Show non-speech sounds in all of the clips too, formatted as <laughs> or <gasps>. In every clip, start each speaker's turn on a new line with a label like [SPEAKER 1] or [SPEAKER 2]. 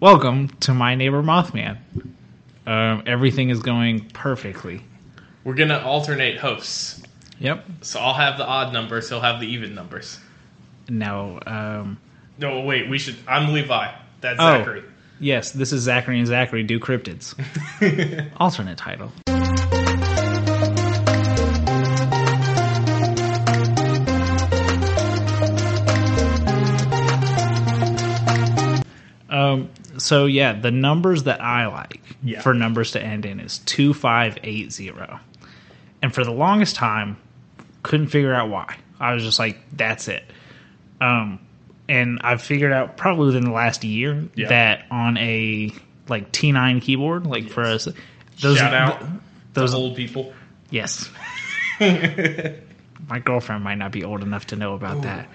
[SPEAKER 1] Welcome to My Neighbor Mothman. Um, everything is going perfectly.
[SPEAKER 2] We're gonna alternate hosts.
[SPEAKER 1] Yep.
[SPEAKER 2] So I'll have the odd numbers, he'll have the even numbers.
[SPEAKER 1] Now, um,
[SPEAKER 2] No, wait, we should I'm Levi. That's
[SPEAKER 1] Oh.
[SPEAKER 2] Zachary.
[SPEAKER 1] yes, this is Zachary and Zachary do cryptids. Alternate title. Um, so yeah, the numbers that I like
[SPEAKER 2] Yeah.
[SPEAKER 1] for numbers to end in is two five eight zero, and for the longest time, couldn't figure out why. I was just like, that's it. Um, and I've figured out probably within the last year
[SPEAKER 2] Yeah.
[SPEAKER 1] that on a like T nine keyboard, like for us, those
[SPEAKER 2] Shout out
[SPEAKER 1] those
[SPEAKER 2] to old people. <laughs>
[SPEAKER 1] yes. My girlfriend might not be old enough to know about that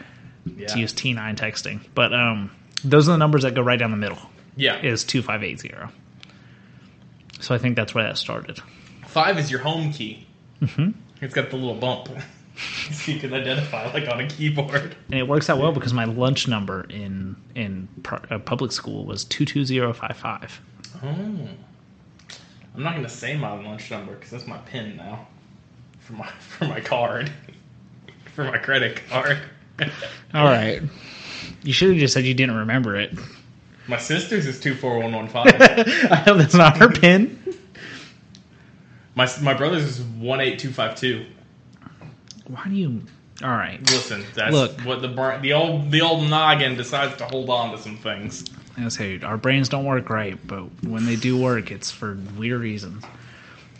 [SPEAKER 2] Yeah.
[SPEAKER 1] to use T nine texting, but um, those are the numbers that go right down the middle
[SPEAKER 2] yeah.
[SPEAKER 1] is 2580. So I think that's where that started.
[SPEAKER 2] Five is your home key. Mm-hmm. It's got the little bump. <laughs> so you can identify like on a keyboard.
[SPEAKER 1] And it works out well because my lunch number in in pr- uh, public school was 22055.
[SPEAKER 2] Oh. I'm not gonna say my lunch number because that's my pin now. For my <laughs> for my card. <laughs> for my credit card. <laughs>
[SPEAKER 1] All right. You should have just said you didn't remember it. <laughs>
[SPEAKER 2] my sister's is two four one one five.
[SPEAKER 1] I hope that's not her pin.
[SPEAKER 2] My my brother's is one eight two five two.
[SPEAKER 1] Why do you All right.
[SPEAKER 2] Listen, that's
[SPEAKER 1] Look.
[SPEAKER 2] what the br- the old the old noggin decides to hold on to some things.
[SPEAKER 1] I say our brains don't work right, but when they do work, it's for weird reasons.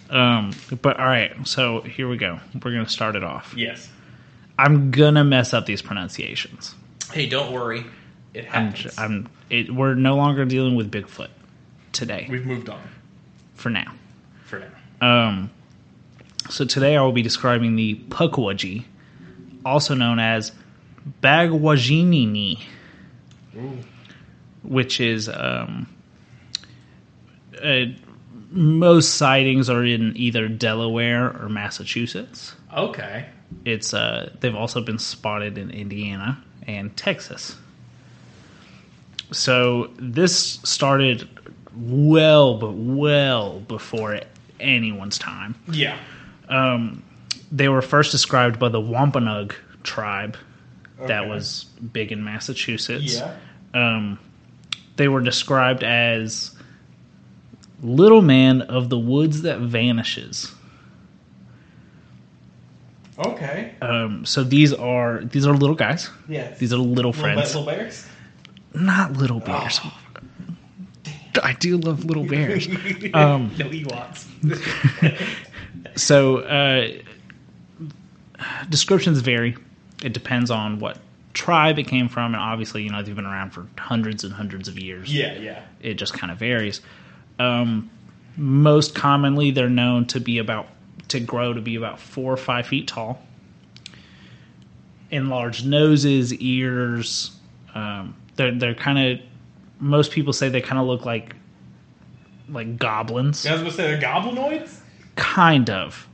[SPEAKER 1] Um, but all right, so here we go. We're gonna start it off.
[SPEAKER 2] Yes.
[SPEAKER 1] I'm gonna mess up these pronunciations.
[SPEAKER 2] Hey, don't worry. It
[SPEAKER 1] I'm,
[SPEAKER 2] happens.
[SPEAKER 1] I'm it, we're no longer dealing with Bigfoot today
[SPEAKER 2] We've moved on
[SPEAKER 1] for now.
[SPEAKER 2] for now.
[SPEAKER 1] Um, so today I will be describing the Pukwaji, also known as Bagwajinini,
[SPEAKER 2] Ooh.
[SPEAKER 1] which is um, uh, most sightings are in either Delaware or Massachusetts.
[SPEAKER 2] Okay.
[SPEAKER 1] It's uh, they've also been spotted in Indiana and Texas. So this started well, but well before anyone's time.
[SPEAKER 2] Yeah.
[SPEAKER 1] They were first described by the Wampanoag tribe that was big in Massachusetts.
[SPEAKER 2] Yeah.
[SPEAKER 1] They were described as little man of the woods that vanishes.
[SPEAKER 2] Okay.
[SPEAKER 1] Um, so these are these are little guys.
[SPEAKER 2] yes.
[SPEAKER 1] These are little
[SPEAKER 2] Little ba-
[SPEAKER 1] friends.
[SPEAKER 2] Little bears. Oh.
[SPEAKER 1] not little bears. I do love
[SPEAKER 2] <laughs>
[SPEAKER 1] little bears.
[SPEAKER 2] Um, no Ewoks.
[SPEAKER 1] So uh, descriptions vary. It depends on what tribe it came from, and obviously, you know, they've been around for hundreds and hundreds of years.
[SPEAKER 2] Yeah. Yeah.
[SPEAKER 1] It just kind of varies. Um, most commonly, they're known to be about to grow to be about four or five feet tall. Enlarged noses, ears. Um, they're they're kind of. Most people say they kind of look like like goblins
[SPEAKER 2] I was gonna say they're goblinoids.
[SPEAKER 1] kind of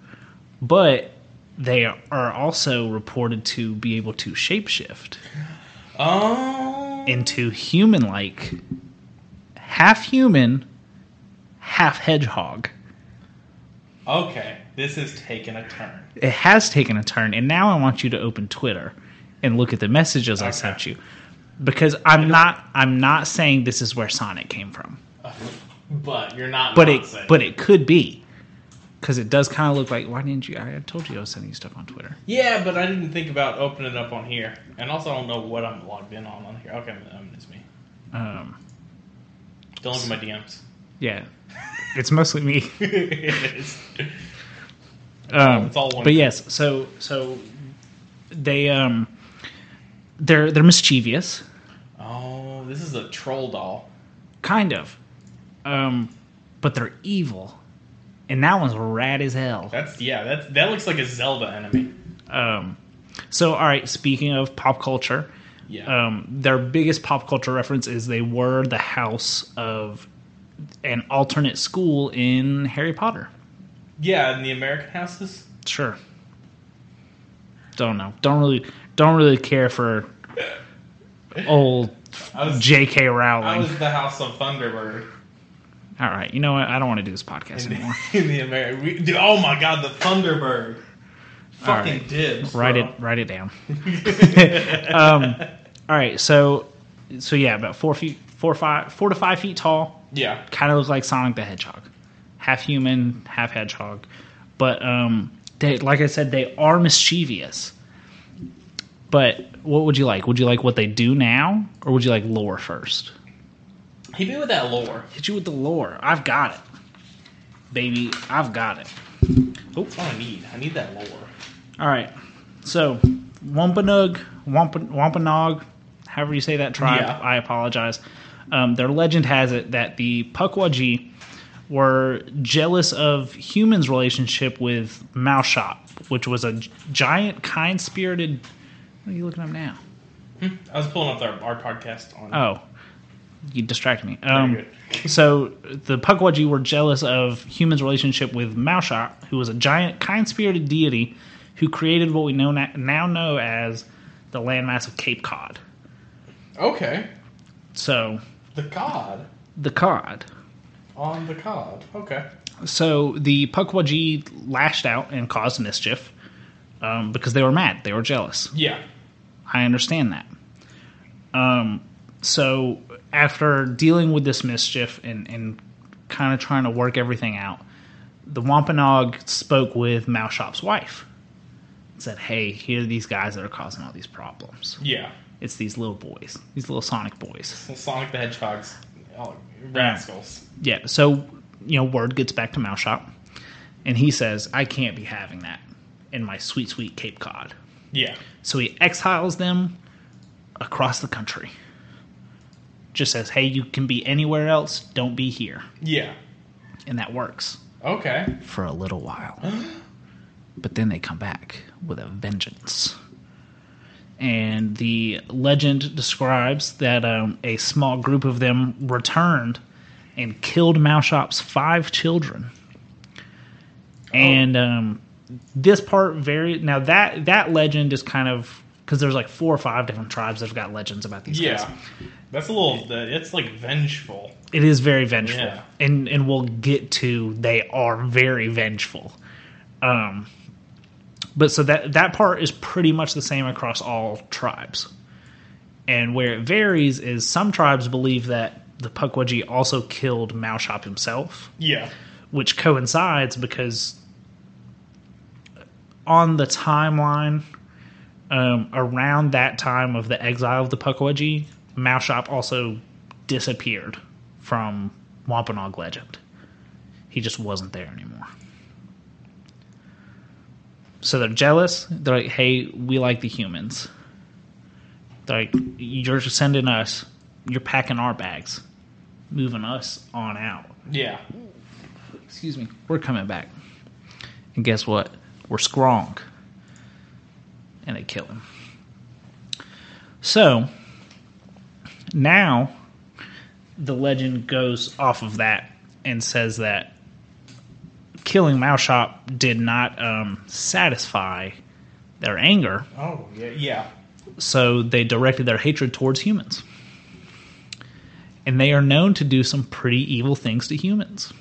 [SPEAKER 1] but they are also reported to be able to shapeshift
[SPEAKER 2] Oh.
[SPEAKER 1] into human like half human half hedgehog
[SPEAKER 2] Okay. This is taking a turn.
[SPEAKER 1] it has taken a turn and now i want you to open twitter and look at the messages i
[SPEAKER 2] Okay.
[SPEAKER 1] sent you because i'm not i'm not saying this is where sonic came from
[SPEAKER 2] But you're not.
[SPEAKER 1] but
[SPEAKER 2] not
[SPEAKER 1] it
[SPEAKER 2] saying-
[SPEAKER 1] but it could be because it does kind of look like why didn't you i told you i was sending you stuff on twitter
[SPEAKER 2] Yeah, but I didn't think about opening it up on here, and also I don't know what I'm logged in on on here. Okay, um, it's me.
[SPEAKER 1] um
[SPEAKER 2] Don't look at my DMs.
[SPEAKER 1] yeah it's mostly me
[SPEAKER 2] It's-
[SPEAKER 1] Um,
[SPEAKER 2] It's all one
[SPEAKER 1] but
[SPEAKER 2] thing.
[SPEAKER 1] yes, so so they um they're they're mischievous,
[SPEAKER 2] oh, this is a troll doll.
[SPEAKER 1] kind of, um, but they're evil, and that one's rad as hell.
[SPEAKER 2] That's yeah. That's that looks like a Zelda enemy.
[SPEAKER 1] Um, so all right, speaking of pop culture,
[SPEAKER 2] Yeah.
[SPEAKER 1] um, their biggest pop culture reference is they were the house of an alternate school in Harry Potter.
[SPEAKER 2] yeah, in the American houses.
[SPEAKER 1] Sure. Don't know. Don't really don't really care for old
[SPEAKER 2] I was-
[SPEAKER 1] J.K.
[SPEAKER 2] I
[SPEAKER 1] Rowling.
[SPEAKER 2] was the House of Thunderbird <laughs>
[SPEAKER 1] All right, you know what? I don't want to do this podcast
[SPEAKER 2] in
[SPEAKER 1] anymore.
[SPEAKER 2] the, in the Ameri- we, dude, Oh my God, the Thunderbird. Fucking
[SPEAKER 1] right.
[SPEAKER 2] dibs.
[SPEAKER 1] write
[SPEAKER 2] bro.
[SPEAKER 1] it write it down. um, all right, so so yeah, about four feet, four five, four to five feet tall.
[SPEAKER 2] Yeah.
[SPEAKER 1] Kind of looks like Sonic the Hedgehog, half human, half hedgehog. But um, they, like I said, they are mischievous. But what would you like? Would you like what they do now, or would you like lore first?
[SPEAKER 2] He did with that lore.
[SPEAKER 1] Hit you with the lore. I've got it, baby. I've got it.
[SPEAKER 2] That's what I need. I need that lore.
[SPEAKER 1] All right. So, Wampanoag, Wampa- Wampanoag, however you say that tribe,
[SPEAKER 2] Yeah.
[SPEAKER 1] I apologize. Um, their legend has it that the Pukwudgie were jealous of humans' relationship with Maushot, which was a gi- giant, kind spirited. What are you looking up now?
[SPEAKER 2] I was pulling up our, our podcast on.
[SPEAKER 1] Oh, you distracted me. Um,
[SPEAKER 2] good.
[SPEAKER 1] so the Pukwudgie were jealous of humans' relationship with Maushot, who was a giant, kind-spirited deity who created what we know na- now know as the landmass of Cape Cod. Oh.
[SPEAKER 2] Okay.
[SPEAKER 1] So
[SPEAKER 2] The cod.
[SPEAKER 1] the Cod.
[SPEAKER 2] On the cod. Okay.
[SPEAKER 1] So the Pukwudgie lashed out and caused mischief um, because they were mad. They were jealous.
[SPEAKER 2] Yeah.
[SPEAKER 1] I understand that. Um, so after dealing with this mischief and, and kind of trying to work everything out, the Wampanoag spoke with Maushop's wife. Said, "Hey, here are these guys that are causing all these problems.
[SPEAKER 2] Yeah.
[SPEAKER 1] It's these little boys, these little Sonic boys."
[SPEAKER 2] So Sonic the Hedgehog's oh, rascals.
[SPEAKER 1] Yeah. So you know, word gets back to Maushop, and he says, "I can't be having that in my sweet, sweet Cape Cod."
[SPEAKER 2] Yeah.
[SPEAKER 1] So he exiles them across the country. Just says, hey, you can be anywhere else, don't be here.
[SPEAKER 2] Yeah.
[SPEAKER 1] And that works
[SPEAKER 2] Okay.
[SPEAKER 1] for a little while. but then they come back with a vengeance. And the legend describes that um, a small group of them returned and killed Maushop's five children. And um, this part very now that that legend is kind of because there's like four or five different tribes that've got legends about these guys
[SPEAKER 2] Yeah. That's a little. It's like vengeful.
[SPEAKER 1] it is very vengeful
[SPEAKER 2] Yeah.
[SPEAKER 1] and and we'll get to they are very vengeful um but so that that part is pretty much the same across all tribes and where it varies is some tribes believe that the pukwudgie also killed maushop himself
[SPEAKER 2] Yeah.
[SPEAKER 1] which coincides because on the timeline um, around that time of the exile of the Pukwudgie, Maushop also disappeared from Wampanoag legend. He just wasn't there anymore. So they're jealous. They're like, "Hey, we like the humans." They're like, "You're sending us. You're packing our bags, moving us on out."
[SPEAKER 2] Yeah.
[SPEAKER 1] excuse me, we're coming back. And guess what? We're strong. And they kill him. So now the legend goes off of that and says that killing Maushop did not um, satisfy their anger,
[SPEAKER 2] Oh yeah. Yeah.
[SPEAKER 1] so they directed their hatred towards humans. And they are known to do some pretty evil things to humans.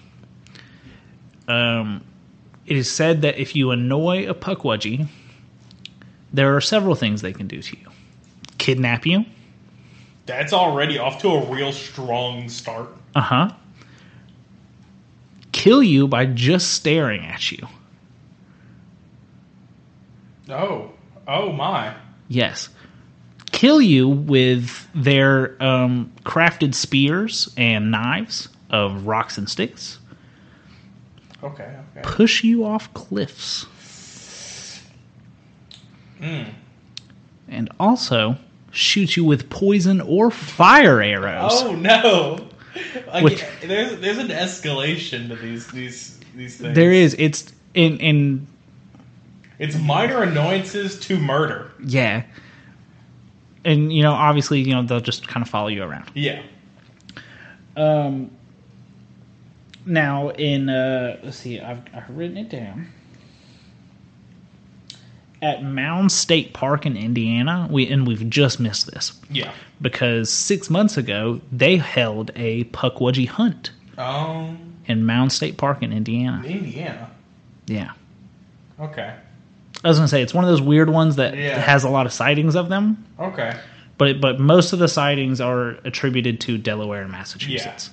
[SPEAKER 1] Um, it is said that if you annoy a Pukwudgie, there are several things they can do to you kidnap you,
[SPEAKER 2] That's already off to a real strong start.
[SPEAKER 1] uh huh, kill you by just staring at you.
[SPEAKER 2] Oh. Oh my.
[SPEAKER 1] Yes. Kill you with their um, crafted spears and knives of rocks and sticks.
[SPEAKER 2] Okay. Okay.
[SPEAKER 1] Push you off cliffs. And also shoot you with poison or fire arrows.
[SPEAKER 2] Oh no! <laughs> Like,
[SPEAKER 1] Which-
[SPEAKER 2] there's there's an escalation to these these these things.
[SPEAKER 1] There is. It's in in
[SPEAKER 2] It's minor annoyances to murder.
[SPEAKER 1] yeah. And you know, obviously, you know they'll just kind of follow you around.
[SPEAKER 2] Yeah.
[SPEAKER 1] Um, now in uh, let's see, I've, I've written it down. at Mound State Park in Indiana. We and we've just missed this
[SPEAKER 2] Yeah.
[SPEAKER 1] because six months ago they held a Puckwudgie hunt
[SPEAKER 2] Um,
[SPEAKER 1] in Mound State Park in Indiana.
[SPEAKER 2] Indiana.
[SPEAKER 1] Yeah.
[SPEAKER 2] Okay.
[SPEAKER 1] I was gonna say it's one of those weird ones that
[SPEAKER 2] Yeah.
[SPEAKER 1] has a lot of sightings of them,
[SPEAKER 2] Okay.
[SPEAKER 1] but but most of the sightings are attributed to Delaware and Massachusetts.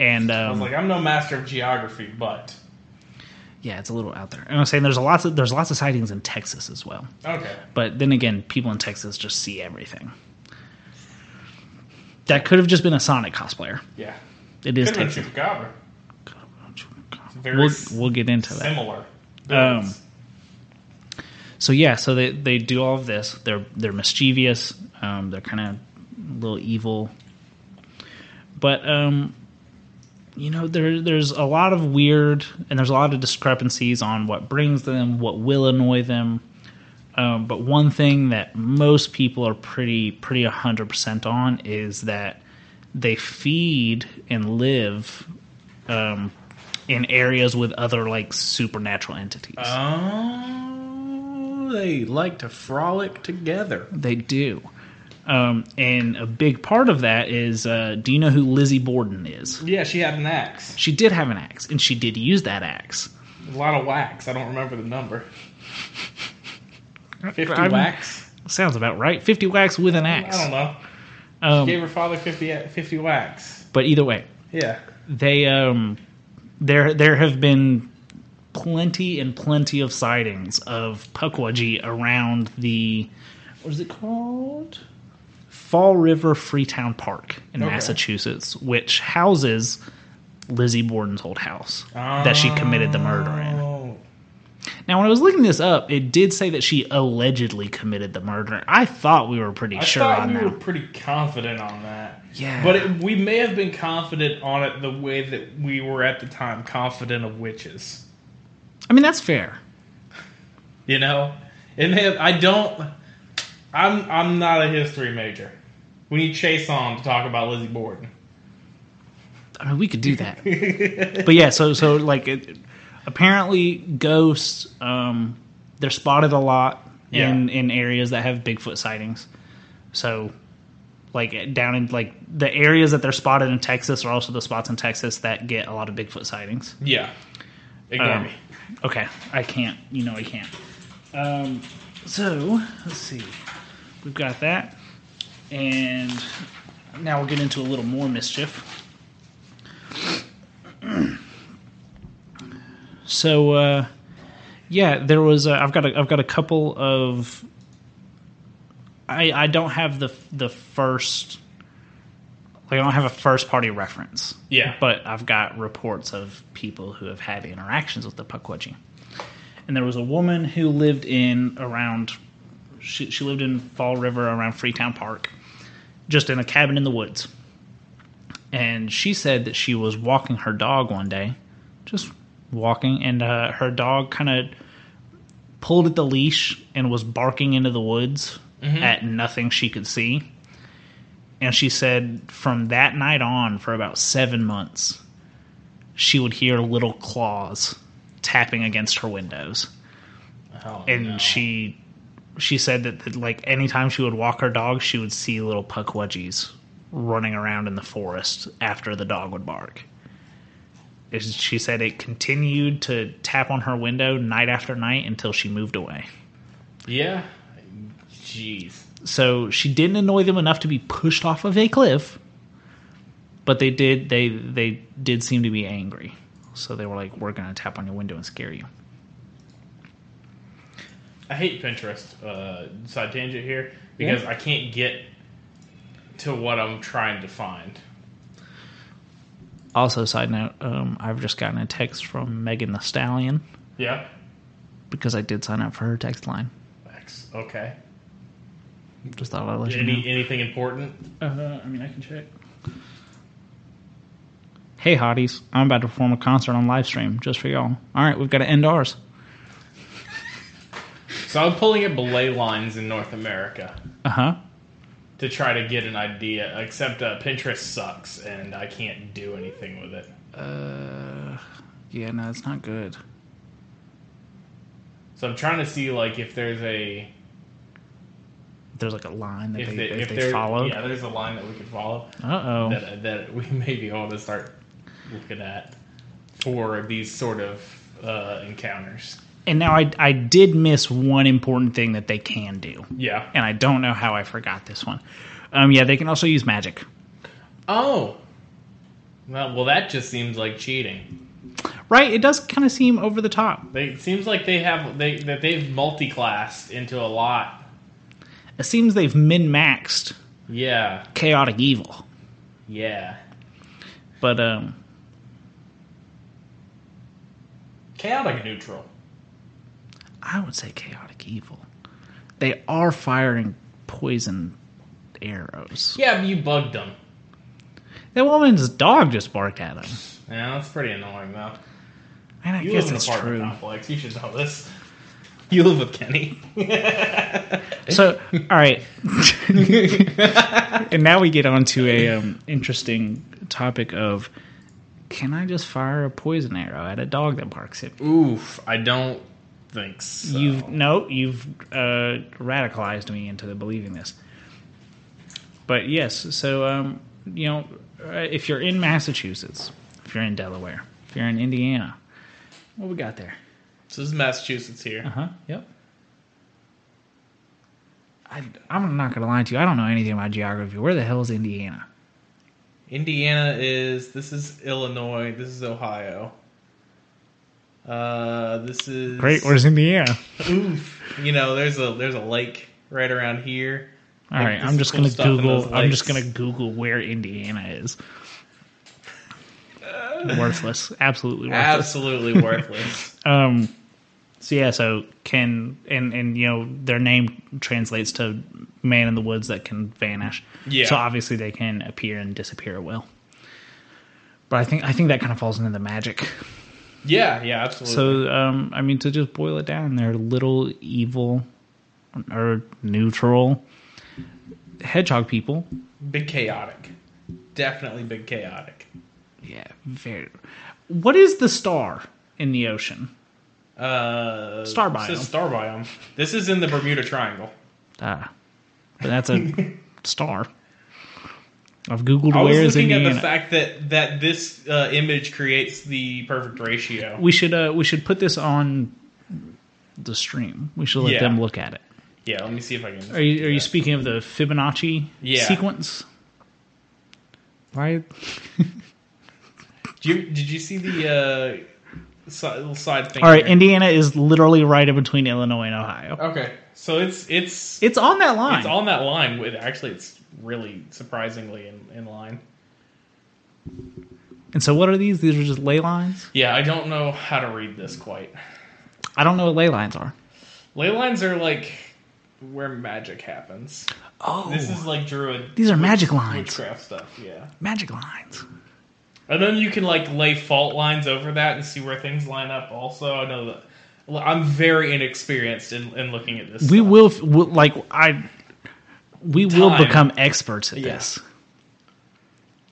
[SPEAKER 1] And um,
[SPEAKER 2] I was like, I'm no master of geography, but
[SPEAKER 1] yeah, it's a little out there. And I'm saying there's a lots of there's lots of sightings in Texas as well.
[SPEAKER 2] okay.
[SPEAKER 1] But then again, people in Texas just see everything. That could have just been a Sonic cosplayer.
[SPEAKER 2] Yeah.
[SPEAKER 1] It is
[SPEAKER 2] Could have
[SPEAKER 1] Texas.
[SPEAKER 2] been Chupacabra. Very
[SPEAKER 1] We'll, we'll get into that.
[SPEAKER 2] similar.
[SPEAKER 1] Um,
[SPEAKER 2] builds.
[SPEAKER 1] So yeah, so they, they do all of this. They're they're mischievous. Um, they're kind of a little evil. But um, you know, there there's a lot of weird and there's a lot of discrepancies on what brings them, what will annoy them. Um, but one thing that most people are pretty pretty hundred percent on is that they feed and live um, in areas with other like supernatural entities.
[SPEAKER 2] Oh, they like to frolic together.
[SPEAKER 1] They do. Um, and a big part of that is uh, do you know who Lizzie Borden is?
[SPEAKER 2] Yeah, she had an axe.
[SPEAKER 1] She did have an axe, and she did use that axe.
[SPEAKER 2] A lot of wax. I don't remember the
[SPEAKER 1] <laughs>
[SPEAKER 2] number. 50
[SPEAKER 1] I'm-
[SPEAKER 2] wax?
[SPEAKER 1] Sounds about right. 50 whacks with an
[SPEAKER 2] I don't
[SPEAKER 1] axe.
[SPEAKER 2] know. She
[SPEAKER 1] Um,
[SPEAKER 2] gave her father 50, 50 wax.
[SPEAKER 1] but either way,
[SPEAKER 2] Yeah.
[SPEAKER 1] they um, there there have been plenty and plenty of sightings of Pukwudgie around the what is it called? Fall River Freetown Park in
[SPEAKER 2] Okay.
[SPEAKER 1] Massachusetts, which houses Lizzie Borden's old house that she committed the murder in.
[SPEAKER 2] Oh.
[SPEAKER 1] Now, when I was looking this up, it did say that she allegedly committed the murder. I thought we were pretty
[SPEAKER 2] I
[SPEAKER 1] sure
[SPEAKER 2] thought
[SPEAKER 1] on
[SPEAKER 2] we
[SPEAKER 1] that.
[SPEAKER 2] were pretty confident on that.
[SPEAKER 1] Yeah.
[SPEAKER 2] But it, we may have been confident on it the way that we were at the time confident of witches.
[SPEAKER 1] I mean, that's fair.
[SPEAKER 2] You know, it may have, I don't. I'm I'm not a history major. We need Chase on to talk about Lizzie Borden.
[SPEAKER 1] I mean, we could do that. but yeah, so so like it, apparently ghosts um they're spotted a lot in in areas that have Bigfoot sightings. So like down in like the areas that they're spotted in Texas are also the spots in Texas that get a lot of Bigfoot sightings.
[SPEAKER 2] yeah, ignore
[SPEAKER 1] Um,
[SPEAKER 2] me.
[SPEAKER 1] Okay, I can't. You know I can't. Um, so let's see. We've got that, and now we'll get into a little more mischief. so uh, yeah, there was. A, I've got. A, I've got a couple of. I I don't have the the first. Like I don't have a first party reference
[SPEAKER 2] Yeah,
[SPEAKER 1] but I've got reports of people who have had interactions with the Pukwudgie. And there was a woman who lived in around, she, she lived in Fall River around Freetown Park, just in a cabin in the woods. And she said that she was walking her dog one day, just walking, and uh, her dog kind of pulled at the leash and was barking into the woods at nothing she could see. And she said from that night on, for about seven months, she would hear little claws tapping against her windows.
[SPEAKER 2] Oh,
[SPEAKER 1] And
[SPEAKER 2] no.
[SPEAKER 1] she she said that, that like anytime she would walk her dog, she would see little puckwudgies running around in the forest after the dog would bark. And She said it continued to tap on her window night after night until she moved away.
[SPEAKER 2] yeah, jeez,
[SPEAKER 1] So she didn't annoy them enough to be pushed off of a cliff, but they did they they did seem to be angry. So they were like, "We're gonna tap on your window and scare you."
[SPEAKER 2] I hate Pinterest. Uh, side tangent here because I can't get to what I'm trying to find.
[SPEAKER 1] Also, side note, um, I've just gotten a text from Megan the Stallion
[SPEAKER 2] Yeah.
[SPEAKER 1] because I did sign up for her text line.
[SPEAKER 2] X. Okay.
[SPEAKER 1] Just thought I'd let
[SPEAKER 2] Any
[SPEAKER 1] you
[SPEAKER 2] anything important?
[SPEAKER 1] know. Uh, I mean, I can check. Hey, hotties! I'm about to perform a concert on live stream just for y'all. All right, we've got to end ours.
[SPEAKER 2] So I'm pulling at belay lines in North America.
[SPEAKER 1] Uh huh.
[SPEAKER 2] to try to get an idea. Except uh, Pinterest sucks, and I can't do anything with it.
[SPEAKER 1] Uh, yeah, no, it's not good.
[SPEAKER 2] So I'm trying to see like if there's a
[SPEAKER 1] There's like a line that
[SPEAKER 2] if
[SPEAKER 1] they,
[SPEAKER 2] they,
[SPEAKER 1] that
[SPEAKER 2] if
[SPEAKER 1] they
[SPEAKER 2] there,
[SPEAKER 1] followed.
[SPEAKER 2] Yeah, there's a line that we could follow
[SPEAKER 1] Uh oh.
[SPEAKER 2] that that we <laughs> may be able to start looking at for these sort of uh, encounters.
[SPEAKER 1] And now I I did miss one important thing that they can do,
[SPEAKER 2] Yeah.
[SPEAKER 1] and I don't know how I forgot this one. Um, yeah, they can also use magic.
[SPEAKER 2] Oh. Well, well, that just seems like cheating.
[SPEAKER 1] Right? It does kind of seem over the top,
[SPEAKER 2] They it seems like they have they that they've multi-classed into a lot.
[SPEAKER 1] It seems they've min maxed
[SPEAKER 2] Yeah.
[SPEAKER 1] chaotic evil.
[SPEAKER 2] Yeah.
[SPEAKER 1] But um,
[SPEAKER 2] Chaotic neutral.
[SPEAKER 1] I would say chaotic evil. They are firing poison arrows.
[SPEAKER 2] Yeah, but you bugged them.
[SPEAKER 1] That woman's dog just barked at him.
[SPEAKER 2] Yeah, that's pretty annoying though.
[SPEAKER 1] Man, I
[SPEAKER 2] You
[SPEAKER 1] guess
[SPEAKER 2] live in an
[SPEAKER 1] it's
[SPEAKER 2] apartment
[SPEAKER 1] true.
[SPEAKER 2] complex. You should know this. You live with Kenny.
[SPEAKER 1] So, all right, <laughs> and now we get on to a um, interesting topic of: Can I just fire a poison arrow at a dog that barks at me?
[SPEAKER 2] Oof, I don't think so.
[SPEAKER 1] You've no, you've uh, radicalized me into the believing this. But yes, so um, you know, uh, if you're in Massachusetts, if you're in Delaware, if you're in Indiana, what we got there?
[SPEAKER 2] this is Massachusetts here.
[SPEAKER 1] Uh huh. Yep. I, I'm not gonna lie to you. I don't know anything about geography. Where the hell is Indiana?
[SPEAKER 2] Indiana is. This is Illinois. This is Ohio. Uh, this is
[SPEAKER 1] where's Indiana?
[SPEAKER 2] <laughs> Oof. You know, there's a there's a lake right around here.
[SPEAKER 1] All right,
[SPEAKER 2] Like,
[SPEAKER 1] I'm
[SPEAKER 2] there's
[SPEAKER 1] just
[SPEAKER 2] cool
[SPEAKER 1] gonna
[SPEAKER 2] stuff in those
[SPEAKER 1] Google. I'm just
[SPEAKER 2] lakes.
[SPEAKER 1] gonna Google where Indiana is. worthless, absolutely worthless.
[SPEAKER 2] Absolutely <laughs> worthless.
[SPEAKER 1] Um, so yeah, so can and and you know their name translates to man in the woods that can vanish.
[SPEAKER 2] Yeah.
[SPEAKER 1] So obviously they can appear and disappear at will. But I think I think that kind of falls into the magic.
[SPEAKER 2] Yeah, yeah, absolutely.
[SPEAKER 1] So, um, I mean, to just boil it down, they're little evil or neutral hedgehog people.
[SPEAKER 2] big chaotic. Definitely big chaotic.
[SPEAKER 1] Yeah, very. What is the star in the ocean?
[SPEAKER 2] Uh,
[SPEAKER 1] Star
[SPEAKER 2] This
[SPEAKER 1] biome.
[SPEAKER 2] is star biome. This is in the Bermuda Triangle.
[SPEAKER 1] Ah, but that's
[SPEAKER 2] <laughs>
[SPEAKER 1] a star. I've googled
[SPEAKER 2] I was
[SPEAKER 1] where is
[SPEAKER 2] looking at
[SPEAKER 1] Indiana.
[SPEAKER 2] the fact that that this uh, image creates the perfect ratio.
[SPEAKER 1] we should uh, we should put this on the stream. We should let
[SPEAKER 2] Yeah.
[SPEAKER 1] them look at it.
[SPEAKER 2] Yeah, let me see if I can.
[SPEAKER 1] Are you are you speaking of the Fibonacci
[SPEAKER 2] Yeah.
[SPEAKER 1] sequence? Why?
[SPEAKER 2] Did you, did you see the uh, si- little side thing?
[SPEAKER 1] All right,
[SPEAKER 2] here?
[SPEAKER 1] Indiana is literally right in between Illinois and Ohio.
[SPEAKER 2] okay, so it's it's
[SPEAKER 1] It's on that line.
[SPEAKER 2] It's on that line. With actually, it's really surprisingly in, in line.
[SPEAKER 1] and so, what are these? These are just ley lines.
[SPEAKER 2] Yeah, I don't know how to read this quite.
[SPEAKER 1] I don't know what ley lines are.
[SPEAKER 2] Ley lines are like where magic happens.
[SPEAKER 1] Oh,
[SPEAKER 2] This is like druid
[SPEAKER 1] these are magic lines.
[SPEAKER 2] witchcraft stuff. Yeah,
[SPEAKER 1] Magic lines.
[SPEAKER 2] and then you can like lay fault lines over that and see where things line up. Also, I know that well, I'm very inexperienced in, in looking at this.
[SPEAKER 1] We
[SPEAKER 2] stuff.
[SPEAKER 1] will, will like I. We will
[SPEAKER 2] Time.
[SPEAKER 1] become experts at
[SPEAKER 2] Yeah.
[SPEAKER 1] this,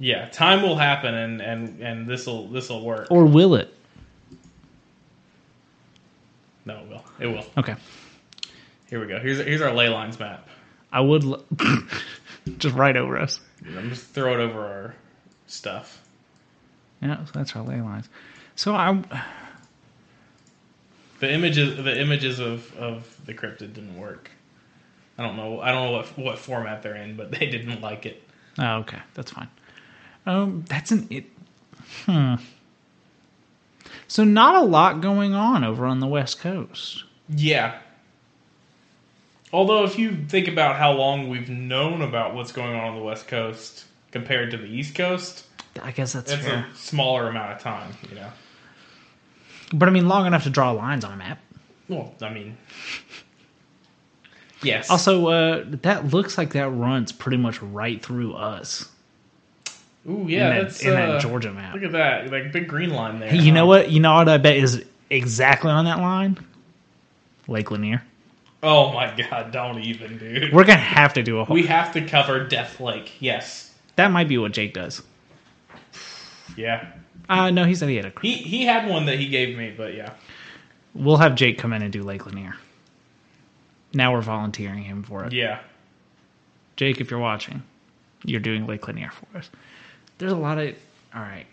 [SPEAKER 2] yeah, time will happen, and and and this will this will work.
[SPEAKER 1] or will it?
[SPEAKER 2] no, it will. It will.
[SPEAKER 1] Okay,
[SPEAKER 2] Here we go. Here's here's our ley lines map.
[SPEAKER 1] I would l- <laughs> just right over us.
[SPEAKER 2] I'm just throw it over our stuff.
[SPEAKER 1] Yeah, so that's our ley lines. So I,
[SPEAKER 2] The images, the images of, of the cryptid didn't work. I don't know. I don't know what what format they're in, but <laughs> they didn't like it.
[SPEAKER 1] oh, okay, that's fine. Um, that's an it. Hmm. So not a lot going on over on the west coast.
[SPEAKER 2] Yeah. Although, if you think about how long we've known about what's going on on the West Coast compared to the East Coast,
[SPEAKER 1] I guess that's
[SPEAKER 2] that's
[SPEAKER 1] fair.
[SPEAKER 2] a smaller amount of time. You know.
[SPEAKER 1] But I mean, long enough to draw lines on a map.
[SPEAKER 2] Well, I mean. Yes.
[SPEAKER 1] Also, uh, that looks like that runs pretty much right through us
[SPEAKER 2] Ooh, yeah.
[SPEAKER 1] in, that,
[SPEAKER 2] that's
[SPEAKER 1] in that
[SPEAKER 2] uh,
[SPEAKER 1] Georgia map.
[SPEAKER 2] Look at that, like big green line there.
[SPEAKER 1] You know
[SPEAKER 2] huh?
[SPEAKER 1] what? You know what I bet is exactly on that line? Lake Lanier.
[SPEAKER 2] Oh my god! Don't even, dude.
[SPEAKER 1] We're gonna have to do a whole.
[SPEAKER 2] We have to cover Death Lake. Yes.
[SPEAKER 1] that might be what Jake does.
[SPEAKER 2] Yeah.
[SPEAKER 1] Uh no, he said he had a.
[SPEAKER 2] He he had one that he gave me, but yeah.
[SPEAKER 1] We'll have Jake come in and do Lake Lanier. Now we're volunteering him for it.
[SPEAKER 2] Yeah.
[SPEAKER 1] Jake, if you're watching, you're doing Lake Lanier for us. There's a lot of. All right.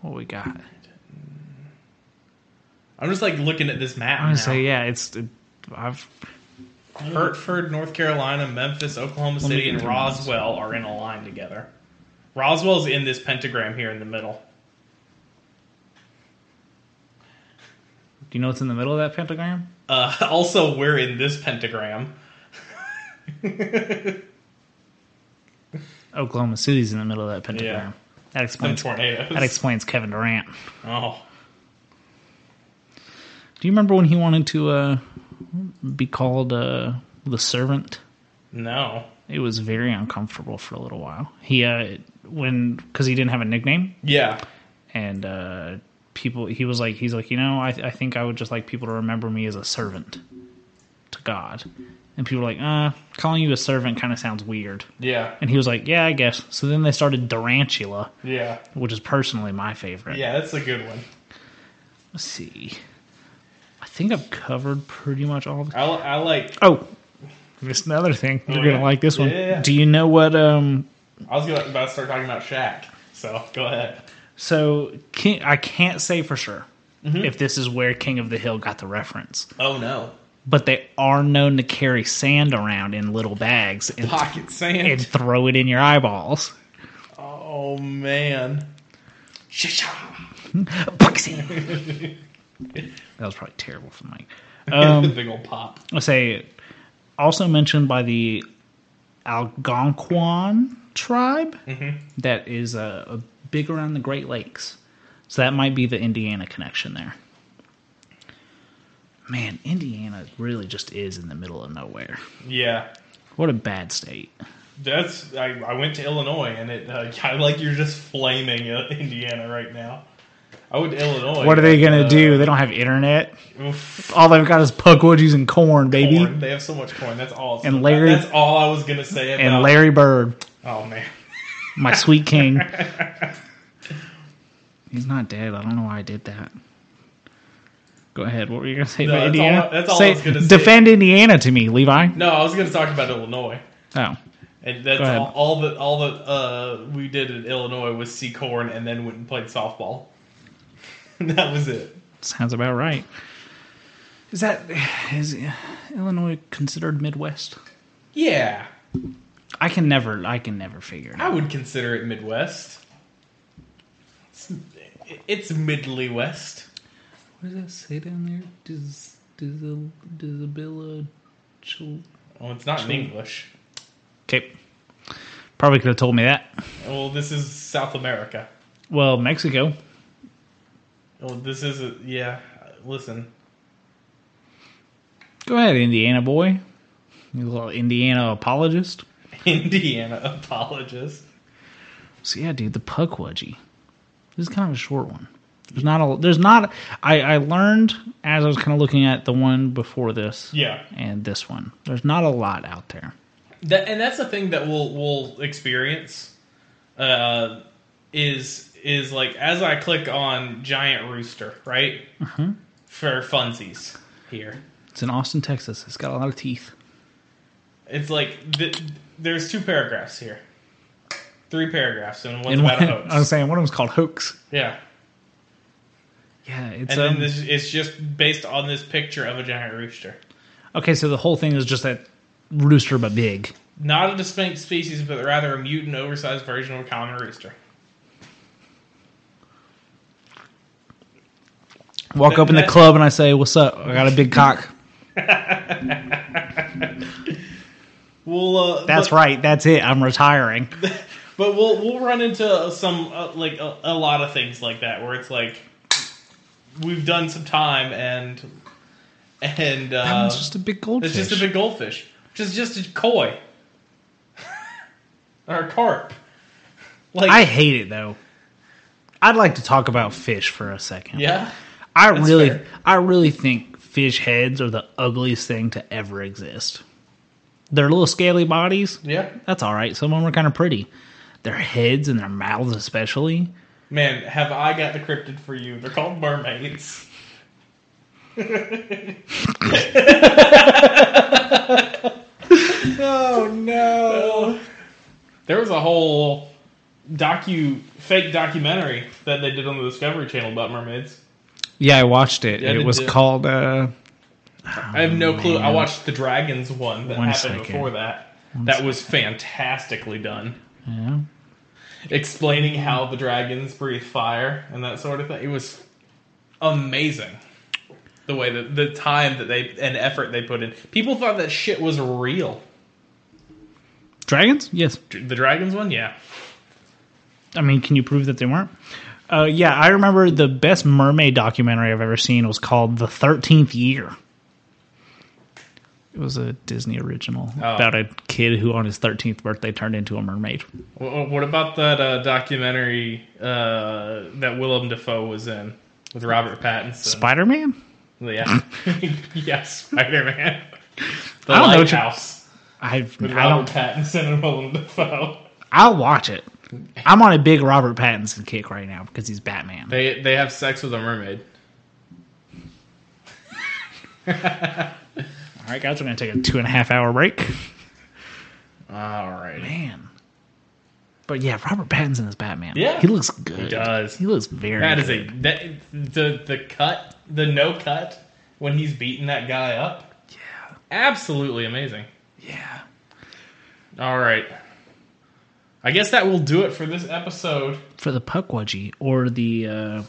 [SPEAKER 1] What we got?
[SPEAKER 2] I'm just like looking at this map.
[SPEAKER 1] I'm going to
[SPEAKER 2] now.
[SPEAKER 1] say, yeah, it's. I've.
[SPEAKER 2] Hartford, North Carolina, Memphis, Oklahoma
[SPEAKER 1] Mm. me
[SPEAKER 2] City,
[SPEAKER 1] get
[SPEAKER 2] and
[SPEAKER 1] your mouse.
[SPEAKER 2] Roswell are in a line together. Roswell's in this pentagram here in the middle.
[SPEAKER 1] Do you know what's in the middle of that pentagram?
[SPEAKER 2] Uh, <laughs> also, we're in this pentagram.
[SPEAKER 1] Oklahoma City's in the middle of that pentagram. That
[SPEAKER 2] Some
[SPEAKER 1] explains.
[SPEAKER 2] tornadoes.
[SPEAKER 1] That explains Kevin Durant.
[SPEAKER 2] <laughs> oh,
[SPEAKER 1] Do you remember when he wanted to uh, be called uh, the servant?
[SPEAKER 2] no.
[SPEAKER 1] It was very uncomfortable for a little while. He uh, when because he didn't have a nickname
[SPEAKER 2] Yeah.
[SPEAKER 1] and uh, people he was like he's like you know I I think I would just like people to remember me as a servant to God, and people were like uh calling you a servant kind of sounds weird.
[SPEAKER 2] Yeah.
[SPEAKER 1] And he was like, yeah, I guess. So then they started Durantula,
[SPEAKER 2] Yeah.
[SPEAKER 1] which is personally my favorite.
[SPEAKER 2] Yeah, that's a good one.
[SPEAKER 1] Let's see. I think I've covered pretty much all of
[SPEAKER 2] I, li- I like.
[SPEAKER 1] Oh, missed another thing. You're
[SPEAKER 2] Oh,
[SPEAKER 1] gonna
[SPEAKER 2] yeah.
[SPEAKER 1] like this one.
[SPEAKER 2] Yeah, yeah, yeah.
[SPEAKER 1] Do you know what? Um,
[SPEAKER 2] I was gonna- about to start talking about Shaq, so go ahead.
[SPEAKER 1] so King, I can't say for sure
[SPEAKER 2] Mm-hmm.
[SPEAKER 1] if this is where King of the Hill got the reference,
[SPEAKER 2] Oh no,
[SPEAKER 1] but they are known to carry sand around in little bags and,
[SPEAKER 2] pocket sand.
[SPEAKER 1] and throw it in your
[SPEAKER 2] <laughs>
[SPEAKER 1] eyeballs.
[SPEAKER 2] oh man. Shisha.
[SPEAKER 1] Pocket sand. that was probably terrible for Mike. Um,
[SPEAKER 2] <laughs> Big old pop.
[SPEAKER 1] I say, also mentioned by the Algonquin tribe
[SPEAKER 2] Mm-hmm.
[SPEAKER 1] that is uh, a big around the Great Lakes. So that might be the Indiana connection there. Man, Indiana really just is in the middle of nowhere.
[SPEAKER 2] Yeah.
[SPEAKER 1] What a bad state.
[SPEAKER 2] That's I, I went to Illinois and it uh, <laughs> kind of like you're just flaming uh, Indiana right now. I went to Illinois.
[SPEAKER 1] What are they going to
[SPEAKER 2] uh,
[SPEAKER 1] do? They don't have internet.
[SPEAKER 2] oof,
[SPEAKER 1] All they've got is puck woodies and corn, baby.
[SPEAKER 2] corn. They have so much corn. That's all.
[SPEAKER 1] And Larry-
[SPEAKER 2] That's all I was gonna say about.
[SPEAKER 1] And Larry Bird,
[SPEAKER 2] Oh man.
[SPEAKER 1] my sweet <laughs> king. He's not dead. I don't know why I did that. Go ahead. What were you going to say
[SPEAKER 2] No,
[SPEAKER 1] about
[SPEAKER 2] that's all-
[SPEAKER 1] Indiana?
[SPEAKER 2] that's all I
[SPEAKER 1] say,
[SPEAKER 2] was gonna say.
[SPEAKER 1] Defend Indiana to me,
[SPEAKER 2] <laughs>
[SPEAKER 1] Levi.
[SPEAKER 2] No, I was gonna talk about Illinois.
[SPEAKER 1] Oh.
[SPEAKER 2] And that's
[SPEAKER 1] Go ahead.
[SPEAKER 2] all, all that all that uh, we did in Illinois was see corn and then went and played softball. <laughs> that was it.
[SPEAKER 1] Sounds about right. Is that is Illinois considered Midwest?
[SPEAKER 2] Yeah,
[SPEAKER 1] I can never I can never figure it
[SPEAKER 2] I
[SPEAKER 1] out.
[SPEAKER 2] would consider it Midwest. It's, it's Midley West.
[SPEAKER 1] What does that say down there? Does does the does the bill uh,
[SPEAKER 2] Well, Oh, it's not in English.
[SPEAKER 1] Okay. Probably could have told me that.
[SPEAKER 2] Well, this is South America.
[SPEAKER 1] Well, Mexico.
[SPEAKER 2] Well, this is a, yeah. Listen, <laughs>
[SPEAKER 1] Go ahead, Indiana boy. You little Indiana apologist.
[SPEAKER 2] Indiana apologist.
[SPEAKER 1] So yeah, dude, the puck wedgie. This is kind of a short one. There's not a. There's not. I I learned as I was kind of looking at the one before this
[SPEAKER 2] Yeah,
[SPEAKER 1] and this one. There's not a lot out there.
[SPEAKER 2] that and that's the thing that we'll we'll experience. Uh, is is like as I click on Giant Rooster, right?
[SPEAKER 1] Mm-hmm.
[SPEAKER 2] For funsies here.
[SPEAKER 1] It's in Austin, Texas. It's got a lot of teeth.
[SPEAKER 2] It's like th- there's two paragraphs here, three paragraphs, and one's about a hoax.
[SPEAKER 1] <laughs> I was saying one of them's called hoax.
[SPEAKER 2] Yeah,
[SPEAKER 1] Yeah, it's
[SPEAKER 2] and
[SPEAKER 1] um,
[SPEAKER 2] then this it's just based on this picture of a giant rooster.
[SPEAKER 1] okay. So the whole thing is just that rooster but big.
[SPEAKER 2] Not a distinct species, but rather a mutant, oversized version of a common rooster.
[SPEAKER 1] Walk up in the
[SPEAKER 2] That-
[SPEAKER 1] club and I say, "What's up? I got a big
[SPEAKER 2] <laughs>
[SPEAKER 1] cock."
[SPEAKER 2] Well, uh,
[SPEAKER 1] That's
[SPEAKER 2] but,
[SPEAKER 1] right. That's it. I'm retiring.
[SPEAKER 2] But we'll we'll run into some uh, like a, a lot of things like that where it's like we've done some time and and uh,
[SPEAKER 1] That one's just a big goldfish.
[SPEAKER 2] it's just a big goldfish, just just a koi <laughs> or a carp. Like
[SPEAKER 1] I hate it though. I'd like to talk about fish for a second.
[SPEAKER 2] yeah,
[SPEAKER 1] I really,
[SPEAKER 2] fair.
[SPEAKER 1] I really think fish heads are the ugliest thing to ever exist. Their little scaly bodies,
[SPEAKER 2] yeah,
[SPEAKER 1] that's all right. Some of them are kind of pretty. Their heads and their mouths, especially.
[SPEAKER 2] man. Have I got decrypted for you? They're called mermaids.
[SPEAKER 1] <laughs> Oh no!
[SPEAKER 2] There was a whole docu fake documentary that they did on the Discovery Channel about mermaids.
[SPEAKER 1] Yeah, I watched it.
[SPEAKER 2] Yeah, I
[SPEAKER 1] it
[SPEAKER 2] did
[SPEAKER 1] was
[SPEAKER 2] too.
[SPEAKER 1] called. uh
[SPEAKER 2] I have no clue. I watched the dragons one that
[SPEAKER 1] Oh, One
[SPEAKER 2] happened
[SPEAKER 1] second.
[SPEAKER 2] before that. that was fantastically done.
[SPEAKER 1] yeah.
[SPEAKER 2] Explaining how the dragons breathe fire and that sort of thing. It was amazing. The way that the time that they and effort they put in. People thought that shit was real.
[SPEAKER 1] Dragons? Yes.
[SPEAKER 2] The dragons one, yeah.
[SPEAKER 1] I mean, can you prove that they weren't? Uh, yeah, I remember the best mermaid documentary I've ever seen was called The Thirteenth Year. It was a Disney original
[SPEAKER 2] Oh.
[SPEAKER 1] about a kid who, on his thirteenth birthday, turned into a mermaid.
[SPEAKER 2] Wh- What about that uh, documentary uh, that Willem Dafoe was in with Robert Pattinson?
[SPEAKER 1] Spider Man.
[SPEAKER 2] yeah, <laughs> yeah, Spider Man. The
[SPEAKER 1] I don't know what you-
[SPEAKER 2] Lighthouse
[SPEAKER 1] I
[SPEAKER 2] with
[SPEAKER 1] I
[SPEAKER 2] Robert
[SPEAKER 1] don't.
[SPEAKER 2] Pattinson and Willem Dafoe.
[SPEAKER 1] I'll watch it. I'm on a big Robert Pattinson kick right now because he's Batman.
[SPEAKER 2] They they have sex with a mermaid.
[SPEAKER 1] All right, guys, we're gonna take a two and a half hour break.
[SPEAKER 2] All right,
[SPEAKER 1] Man. But yeah, Robert Pattinson is Batman.
[SPEAKER 2] Yeah.
[SPEAKER 1] he looks good. He
[SPEAKER 2] does.
[SPEAKER 1] He looks very.
[SPEAKER 2] that is
[SPEAKER 1] good.
[SPEAKER 2] a that, the the cut the no cut when he's beating that guy up.
[SPEAKER 1] Yeah.
[SPEAKER 2] Absolutely amazing.
[SPEAKER 1] Yeah.
[SPEAKER 2] All right, I guess that will do it for this episode.
[SPEAKER 1] For the Puckwudgie or the. Uh,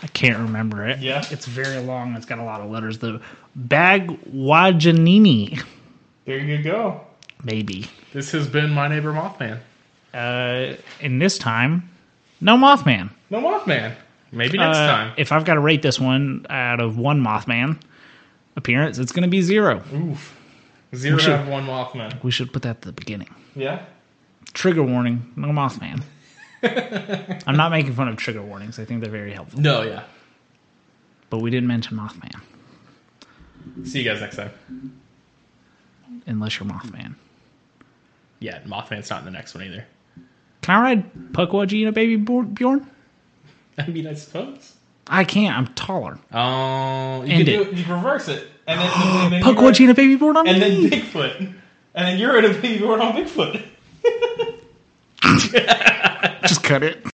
[SPEAKER 1] I can't remember it.
[SPEAKER 2] Yeah.
[SPEAKER 1] It's very long. It's got a lot of letters. The Bagwajanini,
[SPEAKER 2] There you go.
[SPEAKER 1] maybe.
[SPEAKER 2] This has been my neighbor Mothman.
[SPEAKER 1] Uh, and this time, no Mothman.
[SPEAKER 2] No Mothman. Maybe next
[SPEAKER 1] Uh,
[SPEAKER 2] time.
[SPEAKER 1] If I've got to rate this one out of one Mothman appearance, it's going to be zero.
[SPEAKER 2] Oof. Zero
[SPEAKER 1] we should-
[SPEAKER 2] out of one Mothman.
[SPEAKER 1] We should put that at the beginning.
[SPEAKER 2] Yeah.
[SPEAKER 1] Trigger warning, no
[SPEAKER 2] <laughs>
[SPEAKER 1] Mothman. I'm not making fun of trigger warnings. I think they're very helpful.
[SPEAKER 2] No. Yeah.
[SPEAKER 1] But we didn't mention Mothman,
[SPEAKER 2] See you guys next time.
[SPEAKER 1] unless you're Mothman.
[SPEAKER 2] Yeah, Mothman's not in the next one either.
[SPEAKER 1] Can I ride Puckwudgie and a baby Bor- Bjorn?
[SPEAKER 2] <laughs> I mean, I suppose.
[SPEAKER 1] I can't. I'm taller.
[SPEAKER 2] Oh, you
[SPEAKER 1] End
[SPEAKER 2] could
[SPEAKER 1] it.
[SPEAKER 2] do it. You reverse it, and <gasps> then, and then you're
[SPEAKER 1] Puckwudgie and a baby Bjorn on
[SPEAKER 2] at- and then
[SPEAKER 1] me.
[SPEAKER 2] Bigfoot, and then you're at a baby born on Bigfoot.
[SPEAKER 1] Just cut it.